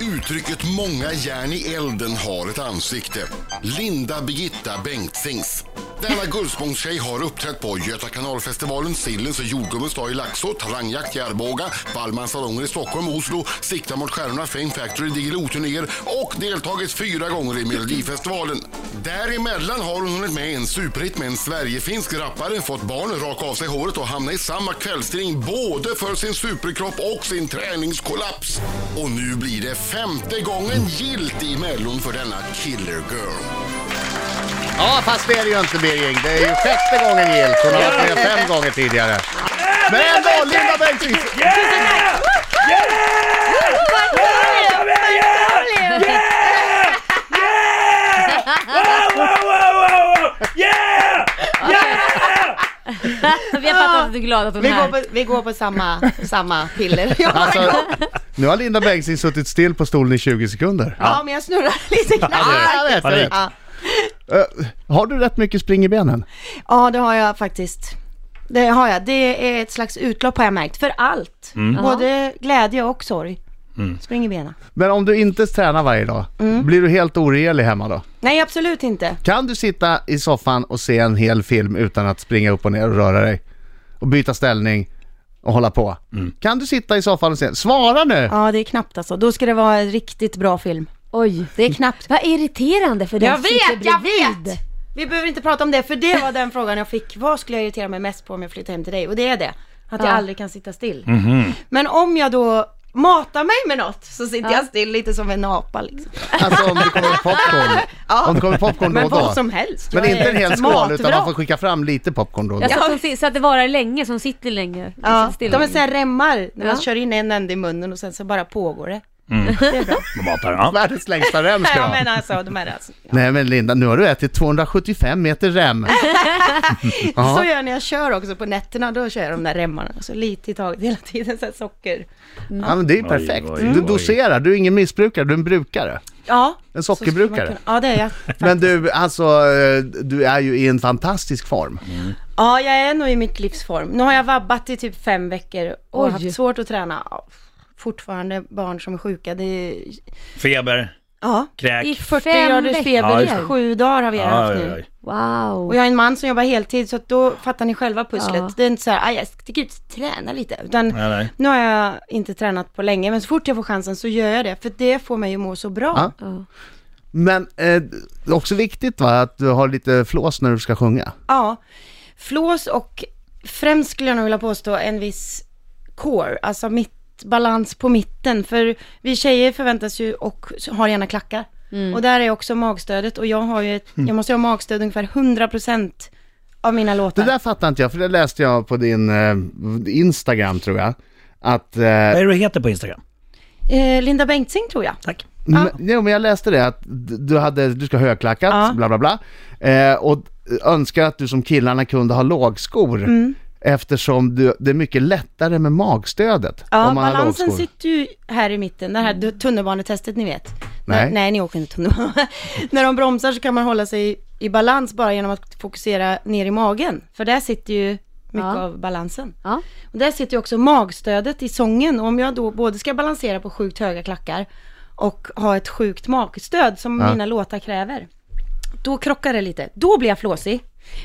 Uttrycket många järn i elden har ett ansikte. Linda Birgitta Bengtzings. Denna Gullspångstjej har uppträtt på Göta kanalfestivalen, Sillens och jordgubbens dag i Laxå, Talangjakt i Arboga, Ballmans salonger i Stockholm och Oslo, Sikta mot stjärnorna, Fame Factory, Diggiloo-turnéer och deltagit fyra gånger i Melodifestivalen. Däremellan har hon hunnit med en superhit med en Sverigefinsk rappare, fått barn, raka av sig håret och hamna i samma kvällstidning både för sin superkropp och sin träningskollaps. Och nu blir det femte gången gillt i Mellon för denna killer girl. Ja, fast det är det ju inte Birgit. Det är ju sjätte gången gillt. Hon har varit med fem gånger tidigare. Men ändå, Linda Bengtzing! Markoolio! Markoolio! Vi har fattat att du är glad att hon Vi är går här. på, vi går på samma, samma piller. Jag bara Alltså, går. Nu har Linda Bengtzing suttit still på stolen i 20 sekunder. Ja, men jag snurrar lite knappt. Ja, jag vet, jag vet. Ja. Eh, har du rätt mycket spring i benen? Ja, det har jag faktiskt. Det har jag. Det är ett slags utlopp har jag märkt, för allt. Mm. Både glädje och sorg. Spring i benen. Men om du inte tränar varje dag, Mm. blir du helt oregerlig hemma då? Nej, absolut inte. Kan du sitta i soffan och se en hel film utan att springa upp och ner och röra dig? Och byta ställning och hålla på? Kan du sitta i soffan och se? Svara nu! Ja, det är knappt alltså. Då ska det vara en riktigt bra film. Oj, Det är knappt. vad irriterande för den sitter bredvid. Vi behöver inte prata om det, för det var den frågan jag fick. Vad skulle jag irritera mig mest på om jag flyttade hem till dig? Och det är det. Att jag Ja. aldrig kan sitta still. Mhm. Men om jag då matar mig med något så sitter jag still lite som en apa liksom. Alltså om det kommer popcorn. Ja. Om det kommer popcorn då Men och då. vad som helst. Men Jag inte är en hel skål utan matbra. man får skicka fram lite popcorn då och då. Jag satt så att det varar länge, så hon sitter länge. Liksom Ja, Sitter de still är länge. såhär remmar när man Ja. kör in en ände i munnen och sen så bara pågår det. Det är bra. Matar, ja. Världens längsta rem ska jag ha. Ja men alltså, de är alltså. Nej men Linda, nu har du ätit 275 meter rem. Ja. Så gör jag när jag kör också på nätterna, då kör jag de där remmarna. Så lite i taget hela tiden, så här socker. Ja men det är ju Oj, perfekt. oj, Du oj. doserar, du är ingen missbrukare, du är en brukare. Ja. En så skulle man sockerbrukare. kunna- Ja det är jag. Men du, alltså, eh, du är ju i en fantastisk form. Ja, jag är nog i mitt livsform. Nu har jag vabbat i typ fem veckor och Oj. haft svårt att träna. Ja, Fortfarande barn som är sjuka. Det är... Feber, Ja, I kräk. 40 fem graders veckor. feber. Ja, just det. Sju dagar har vi haft nu. Wow. Och jag är en man som jobbar heltid så att då fattar ni själva pusslet. Ja. Det är inte så här, "Aj, jag ska ut och träna lite. Utan Nej, nej. nu har jag inte tränat på länge men så fort jag får chansen så gör jag det. För det får mig att må så bra. Ja. Ja. Men eh, det är också viktigt va, att du har lite flås när du ska sjunga. Ja, flås och främst skulle jag nog vilja påstå en viss core, alltså mitt balans på mitten. För vi tjejer förväntas ju och har gärna klackar. Mm. Och där är också magstödet och jag har ju ett, jag måste ju ha magstöd ungefär 100% av mina Det låtar. där fattar inte jag, för det läste jag på din eh, Instagram tror jag. Att, eh, Vad är det du heter på Instagram? Eh, Linda Bengtzing tror jag. Tack. men, jo, men jag läste det, att d- du, hade, du ska ha högklackat, Ja. bla bla bla. Eh, och önskar att du som killarna kunde ha lågskor. Mm. Eftersom du, det är mycket lättare med magstödet Ja, om man har balansen lågskor. sitter ju här i mitten, det här du- tunnelbanetestet ni vet. Nej. När, nej, ni åker inte tunnelbana. När de bromsar så kan man hålla sig i, i balans bara genom att fokusera ner i magen. För där sitter ju mycket Ja. av balansen. Ja. Och där sitter ju också magstödet i sången. Och om jag då både ska balansera på sjukt höga klackar och ha ett sjukt magstöd som mina låtar kräver. Då krockar det lite. Då blir jag flåsig.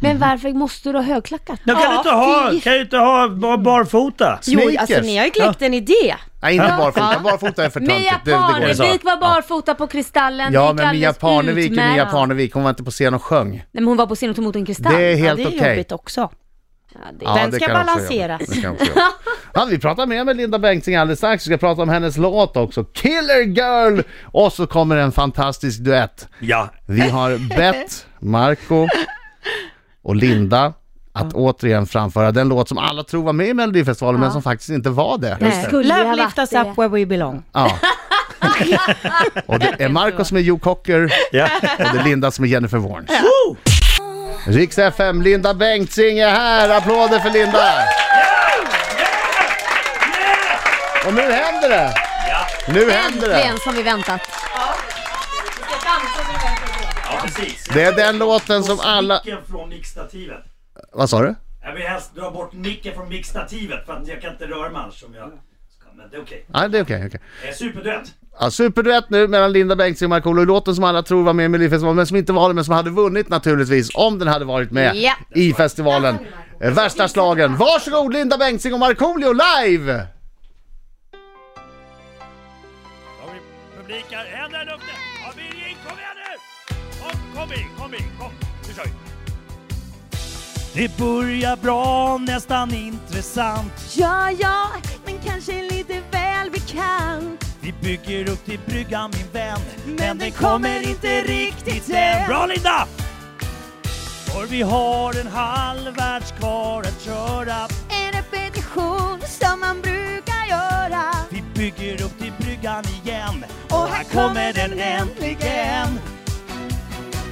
Men varför måste du ha högklackat? Då Mhm. Ja, kan du inte ha, fy. kan du inte ha bara barfota? Jo, Sneakers. alltså ni har ju kläckt en idé. Nej, inte barfota. Barfota är för Mia töntigt. Det, det går inte. inte. Parnevik var barfota på Kristallen. Ja, men gick Mia alldeles Parnevik är Mia utmärkt. Parnevik. Hon var inte på scen och sjöng. Nej, men hon var på scen och tog emot en kristall. Det är Ja, helt det är okej. jobbigt också. Ja, det... Ja, Den det ska kan också balanseras. jobba. Det kan också jobba. ja, vi pratar mer med Linda Bengtzing alldeles strax. Vi ska prata om hennes låt också. Killer Girl! Och så kommer en fantastisk duett. Ja. Vi har bett Marco och Linda att återigen framföra den låt som alla tror var med i Melodifestivalen men som faktiskt inte var det. Nej. Skulle ju ha Love varit lift us det. up where we belong. Ja. och det är Marco som är Joe Cocker ja. och det är Linda som är Jennifer Warnes. Riks FM, Linda Bengtzing är här! Applåder för Linda! Och nu händer det! Nu händer det! Äntligen som vi väntat. ja, precis. Det är den låten som alla... Micken från mickstativet. Vad sa du? Jag vill helst dra bort micken från mickstativet för att jag kan inte röra mig annars om jag... ska, Men det är okej. Ja, det är okej. okej. Det är Superduett. Ja, superduett nu mellan Linda Bengtzing och Markoolio. Låten som alla tror var med i Melodifestivalen, men som inte var det, men som hade vunnit naturligtvis om den hade varit med Ja. i festivalen. Eh, Värsta slagen. Varsågod Linda Bengtzing och Markoolio live! Då har vi publik här. Händer i luften! Ja, Birger, in, kom igen nu! Kom, kom in, kom in, kom. Nu kör vi. Det börjar bra, nästan intressant. Ja, ja, men kanske lite väl bekant. Vi bygger upp till bryggan min vän Men, den kommer inte riktigt än. Bra Linda! För vi har en halv världs kvar att köra En repetition som man brukar göra. Vi bygger upp till bryggan igen Och här kommer den äntligen.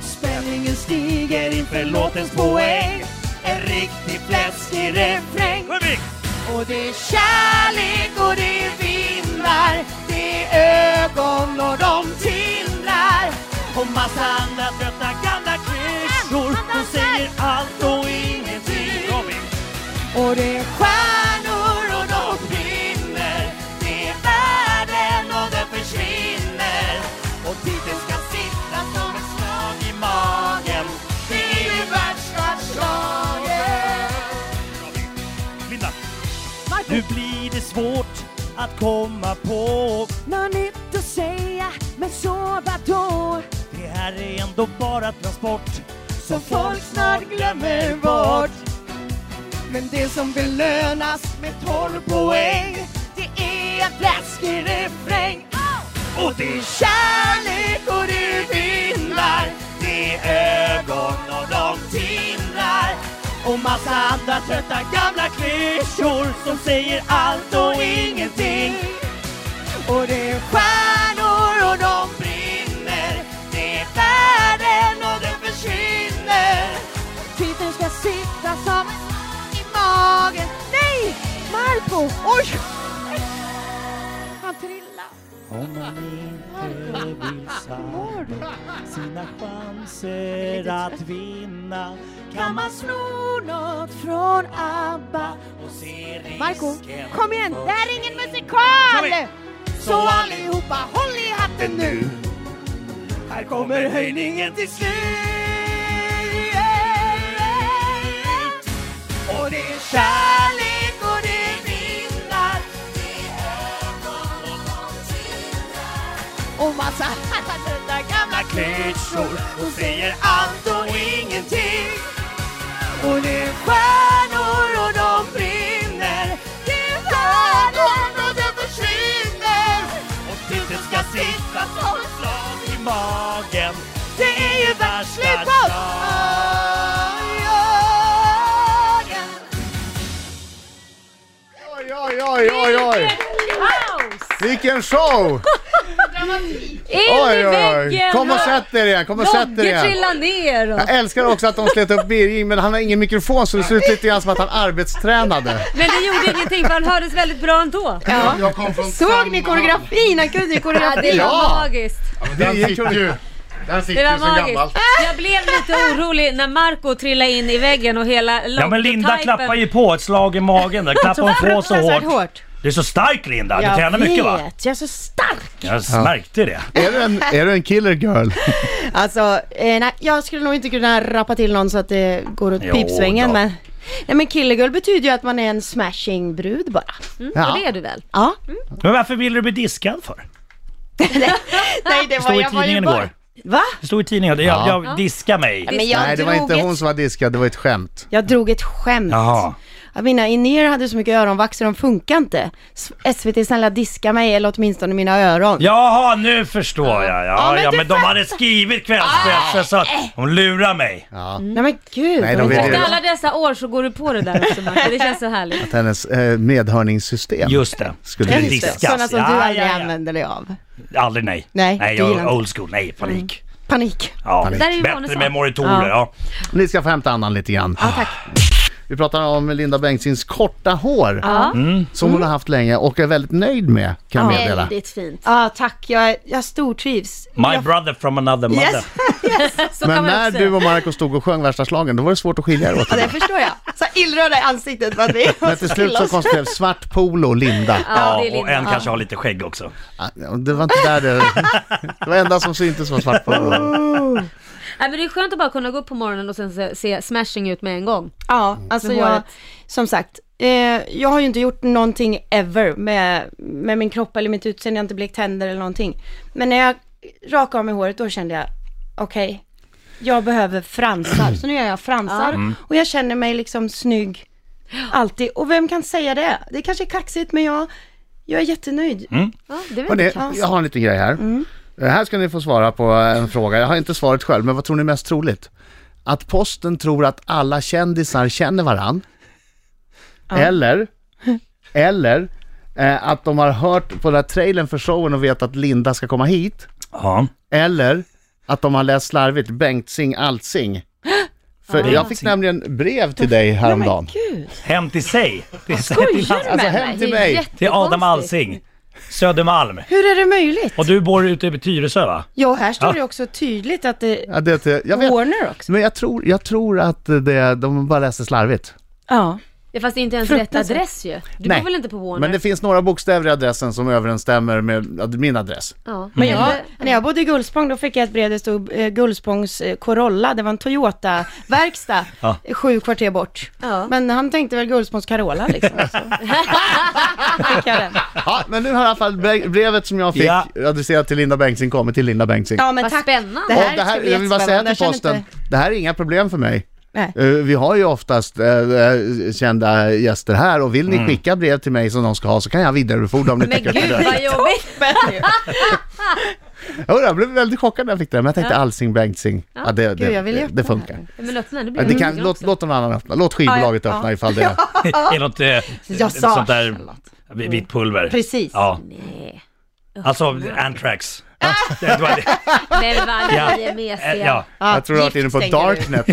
Spänningen stiger inför låtens poäng. En riktigt fläskig refräng. Kom in! Och det är kärlek och det är vindar. Det är ögon och de tindrar. Och massa andra trötta gamla klyschor Hon säger allt och ingenting Kom in! Och det är stjärnor och de brinner Det är världen och den försvinner Och titeln ska sitta som ett slag i magen Det är ju världsvärldsslagen Linda! Nu blir det svårt att komma på Något nytt att säga, men så vadå? Det här är ändå bara transport Som folk snart glömmer bort Men det som belönas med 12 poäng Det är en fläskig refräng Och det är Kärlek och det är vindar Det är ögon och de tindrar Och massa andra trötta gamla klyschor som säger allt och ingenting Och det är stjärnor och de brinner Det är världen och den försvinner Titeln ska sitta som en i magen Nej! Marco! Oj! Han trillade. Om man inte vill sabba sina chanser att vinna Kan man sno något från ABBA? och se Marco, risken kom igen! Det här är ingen musikal! Så allihopa, håll i hatten nu! Här kommer höjningen till slut Och det är kärlek och det är vindar Det är ögon och någonting Och massa andra gamla klyschor Och säger allt och ingenting Och det är stjärnor och de brinner Det är världen och det försvinner Och titeln ska sitta som som ett ett slag i magen Det är ju världsvärldsdagen Oj, oj, oj, oj, oj! Kaos! Vilken show! In i Oj, oj, oj. väggen! Kom och sätt er igen, kom och sätt er Logge igen! trillar ner. och- Jag älskar också att de slet upp Birging, men han har ingen mikrofon så det ser ut lite grann som att han arbetstränade. Men det gjorde ingenting för han hördes väldigt bra ändå. Jag kom från Såg ni koreografin? Han kunde ju Ja, det koreografin. var Ja. magiskt. Den sitter ju, den Det sitter var ju sen magiskt. gammalt. Jag blev lite orolig när Marco trillade in i väggen och hela Ja men Linda logotypen- klappar ju på ett slag i magen där, klappar hon på så Fruktansvärt hårt. Du är så stark Linda, du tränar mycket va? vet, jag är så stark! Jag märkte det. Är du en, är du en killer girl? Alltså, eh, nej, jag skulle nog inte kunna rappa till någon så att det går åt Jo pipsvängen då. men... Nej men killegirl betyder ju att man är en smashing brud bara. Och det är du väl? Ja. Men varför ville du bli diskad för? Nej det Det stod i tidningen igår. Va? Det stod i tidningen, jag, jag diskar mig. Men jag Nej, det var drog inte ett hon som var diskad, det var ett skämt. Jag drog ett skämt. Jaha. Ja, Mina in-ear hade så mycket öronvax så de funkar inte. S- SVT snälla diska mig eller åtminstone mina öron. Jaha, nu förstår jag. Ja, Ja, men, men ja, du men de hade skrivit kvällspressen så att de lurar mig. Nej men Nej, gud. vad de vill inte- ju Efter alla dessa år så går du på det där också Marco. Det känns så härligt. att hennes eh, medhörningssystem Just det. skulle Just det. diskas. Sådana som du Ja, aldrig ja, ja. använder dig av. Aldrig nej. Nej, nej det gillar jag, inte. old school, nej, panik. Panik. Ja, Panik. Där är ju Bättre Vanessa. med monitorer, ja. Ni ska få hämta andan lite grann. Vi pratar om Linda Bengtzings korta hår Ja. Mm. som hon har haft länge och är väldigt nöjd med kan jag meddela. Väldigt fint. Ja, tack. Jag, jag stortrivs. My brother from another mother. Yes. Så Men kan man när också du säga. och Marco stod och sjöng värsta slagen då var det svårt att skilja er åt. Ja, det förstår jag. Så här illröda i ansiktet för att vi Men till slut så konstaterades svart polo Linda. Ja, det är Ja, och Linda. en kanske har lite skägg också. Ah, Det var inte där det... Det var enda som syntes var svart polo. Nej, men det är skönt att bara kunna gå upp på morgonen och sen se, se smashing ut med en gång. Ja, alltså Med jag, håret. som sagt, eh, jag har ju inte gjort någonting ever med, med min kropp eller mitt utseende, jag har inte blekt tänder eller någonting. Men när jag rakade av mig håret, då kände jag, okej, jag behöver fransar. Så nu gör jag fransar Mm. och jag känner mig liksom snygg alltid. Och vem kan säga det? Det kanske är kaxigt, men jag, jag är jättenöjd. Mm. Ja, det är väl Hörrni, inte kass. jag har en liten grej här. Mm. Eh, Här ska ni få svara på en fråga. Jag har inte svaret själv, men vad tror ni är mest troligt? Att posten tror att alla kändisar känner varann? Eller, eller eh, att de har hört på den här trailern för showen och vet att Linda ska komma hit? Ja. Eller att de har läst slarvigt Bengtzing Alsing. För jag fick nämligen brev till dig häromdagen. Gud. Hem till sig. Det är så- Skojar du Alltså, med hem mig? till Det är mig. jättekonstigt. Till Adam Alsing. Södermalm. Hur är det möjligt? Och du bor ute vid Tyresö va? Ja, här står Ja. det också tydligt att det Ja, det, är- jag vet. Warner också. Men jag tror, jag tror att det, de bara läser slarvigt. Ja. Ja, fast det är inte ens rätt Fruktansvärt. adress ju. Du Nej. bor väl inte på Warner? Men det finns några bokstäver i adressen som överensstämmer med ad- min adress. ja. Men jag, Mm. när jag bodde i Gullspång, då fick jag ett brev där det stod eh, Gullspångs eh, Corolla, det var en Toyota-verkstad, Ja. sju kvarter bort. Ja. Men han tänkte väl Gullspångs Carola liksom. Så. fick jag den. Ja, men nu har i alla fall bre- brevet som jag fick Ja. adresserat till Linda Bengtzing kommit till Linda Bengtzing. Ja men Vad tack. spännande. Det Och här, det här, ska bli jag vill bara säga jättespännande. till Jag känner posten, inte- det här är inga problem för mig. Nej. Eh, Vi har ju oftast eh, eh, kända gäster här och vill ni skicka brev till mig som de ska ha så kan jag vidarebefordra om ni Men tycker att det gud är vad jobbigt. Jo, Jag blev väldigt chockad när jag fick det, men jag tänkte Alsing Bengtzing. Ja. det, Gud, jag vill det, öppna det funkar. här. Men öppna, nu blir Ja, jag Det kan, hungrig låt, också. låt någon annan öppna, låt skivbolaget Ja, ja. öppna ifall det är... I något eh, Jag ett sa sånt där Charlotte. vitt pulver. Precis. Ja. Nej. Alltså Anthrax. Det var det. Men vad Ja. ni är Eh, mesiga. Ja. Ja, Jag tror du har varit Ah, gift inne på stänger du. Darknet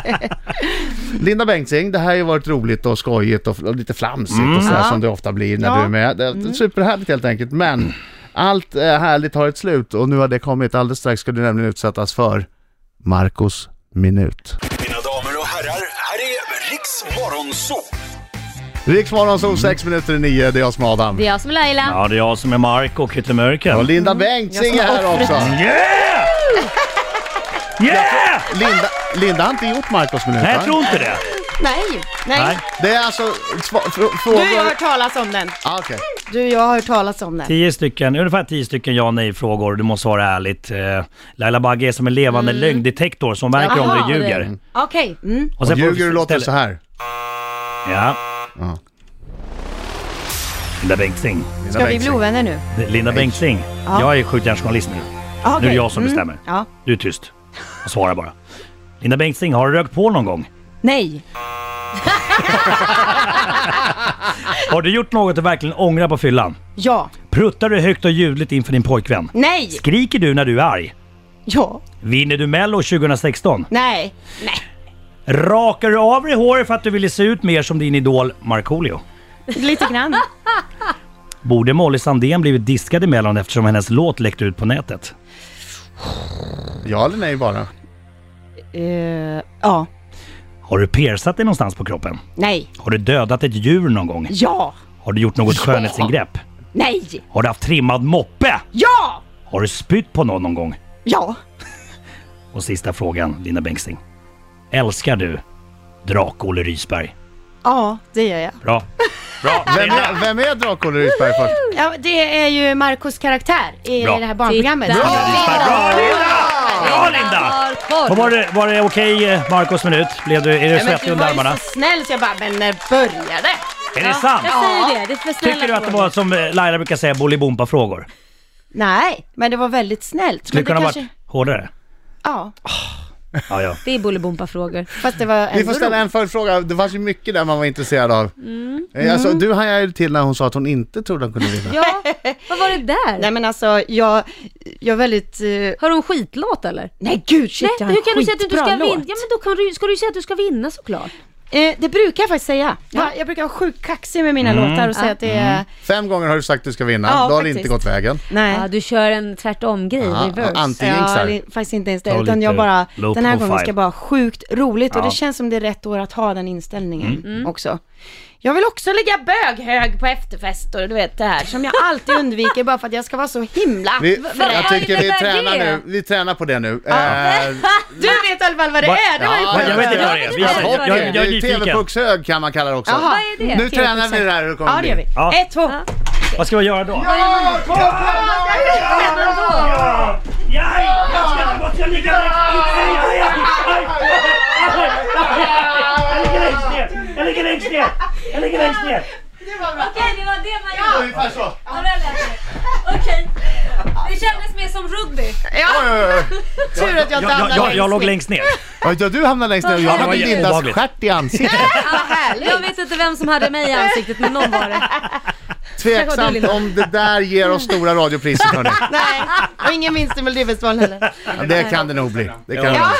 och beställt. Linda Bengtzing, det här har ju varit roligt och skojigt och, och lite flamsigt Mm. och sådär som det ofta blir när Ja. Mm. du är med. Det är Superhärligt helt enkelt, men allt eh, härligt har ett slut och nu har det kommit. Alldeles strax ska du nämligen utsättas för Marcos minut. Mina damer och herrar, här är Riks Morgonzoo! Riksmorgon som sex minuter i nio, det är jag som är Adam. Det är jag som är Laila. ja, det är jag som är Mark och Hyttemörken. Och Linda Bengtzing är här också. Yeah! Yeah! Linda, Linda har inte gjort Marcos minut Nej, jag va? tror inte det. Nej, nej. Nej. Det är alltså sva- fr- Du, jag har frågor... hört talas om den. Ah, okej. Du, jag har hört talas om den. Tio stycken, ungefär tio stycken ja nej-frågor. Du måste svara ärligt. Eh, Laila Bagge är som en levande Mm. lögndetektor som märker om Jaha, du det- ljuger. Okej. Mm. Och Och sen får ljuger du låter ställa- så här. Ja. Linda Bengtzing. Linda Ska vi bli Bengtzing. ovänner nu? Linda Bengtzing. Jag är skjutjärnsjournalist nu. Ah, Nu är okej. det jag som Mm. bestämmer. Ja. Du är tyst. Och svarar bara. Linda Bengtzing, har du rökt på någon gång? Nej. Har du gjort något du verkligen ångrar på fyllan? Ja. Pruttar du högt och ljudligt inför din pojkvän? Nej. Skriker du när du är arg? Ja. Vinner du Mello 2016? Nej. Rakar du av dig håret för att du ville se ut mer som din idol Markoolio? Lite grann. Borde Molly Sandén blivit diskad i Mellon eftersom hennes låt läckte ut på nätet? Ja eller nej bara. Eh, ja. Har du piercat dig någonstans på kroppen? Nej. Har du dödat ett djur någon gång? Ja. Har du gjort något skönhetsingrepp? Nej. Har du haft trimmad moppe? Ja! Har du spytt på någon någon gång? Ja. Och sista frågan, Linda Bengtzing. Älskar du Drak-Olle Rysberg? Ja, det gör jag. Bra. Bra. Vem är, vem är Drak-Olle Rydberg först? Ja, det är ju Marcos karaktär i Bra. det här barnprogrammet. Titta. Ja. Bra Linda! Bra Linda! Har koll. Och var det, var det okej eh, Marcos minut? Blev du, är du Men svettig du under var ju armarna? så snäll så jag bara, men när började det? Är det sant? Jag säger det, det är för snälla Tycker du att det frågor. var som eh, Laila brukar säga, bolibompa-frågor? Nej, men det var väldigt snällt. Skulle Men det kunna det ha kanske... varit hårdare? Ja, Ja, ja. Det är Bolibompa-frågor. fast det var Vi ändå får ställa roligt. en följdfråga. Det fanns ju mycket där man var intresserad av. Mm. Alltså, du hajade ju till när hon sa att hon inte trodde hon kunde vinna. Ja, vad var det där? Nej men alltså, jag, jag är väldigt... eh, Har hon skitlåt eller? Nej gud, shit, Nej, jag har hur en kan du säga att du inte ska skitbra vinna? låt. Ja men då kan du, ska du ju säga att du ska vinna såklart. Eh, det brukar jag faktiskt säga. Jag, jag brukar vara sjukt kaxig med mina låtar och säga att det är... Fem gånger har du sagt att du ska vinna, Ja, då har det faktiskt. inte gått vägen. Nej. Ja, du kör en tvärtom-grej, Ja, reverse. anti- jinxar. det är faktiskt inte ens det. Ta Utan lite jag bara, low den här gången profile. ska bara sjukt roligt och Ja. Mm. det känns som det är rätt år att ha den inställningen också. Jag vill också ligga böghög på efterfester, du vet det här som jag alltid undviker bara för att jag ska vara så himla Vi, vad jag tycker vi innebär tränar det? nu, vi tränar på det nu. Eh, Du vet i alla fall vad det Va- är, det var ju Ja, sjukt. Jag vet inte vad Ja, men det det är. Vi säger- var jag- det. jag- Jag är nyfiken. TV-puckshög kan man kalla det också. Jaha. Vad är det? Nu tränar vi det här hur det kommer Ja det gör vi. Ja. Ett, två. Vad ska vi göra då? Men vadå? Nej! Jag ska måste ligga längst ner! Nej, aj, aj, aj, aj, aj. Jag ligger längst ner! Jag ligger längst ner! Jag ligger längst ner! Okej, det var det man gjorde. Ungefär så. Ja, det lät det. Okej. Det kändes mer som rugby. Tur att jag inte Jag, jag, jag, jag låg ner. längst ner. bli. Ja, du hamnar längst ner och jag Det var hade Lindas jätteobehagligt. stjärt i ansiktet. Jag vet inte vem som hade mig i ansiktet, men någon var det. Kanske Tveksamt Linda. om det där ger oss stora radiopriset hörni. Nej, och ingen vinst i Melodifestivalen heller. Ja, Det kan det nog bli. Det kan det Ja,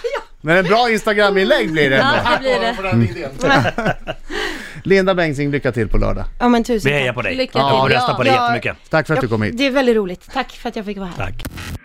bli. Men en bra Instagram-inlägg blir det ändå. Ja, det blir det. Linda Bengtzing, lycka till på lördag. Ja men Vi tusen hejar tack. på dig. Lycka till. Och röstar på dig Ja. jättemycket. Tack för att du kom hit. Det är väldigt roligt. Tack för att jag fick vara här. Tack.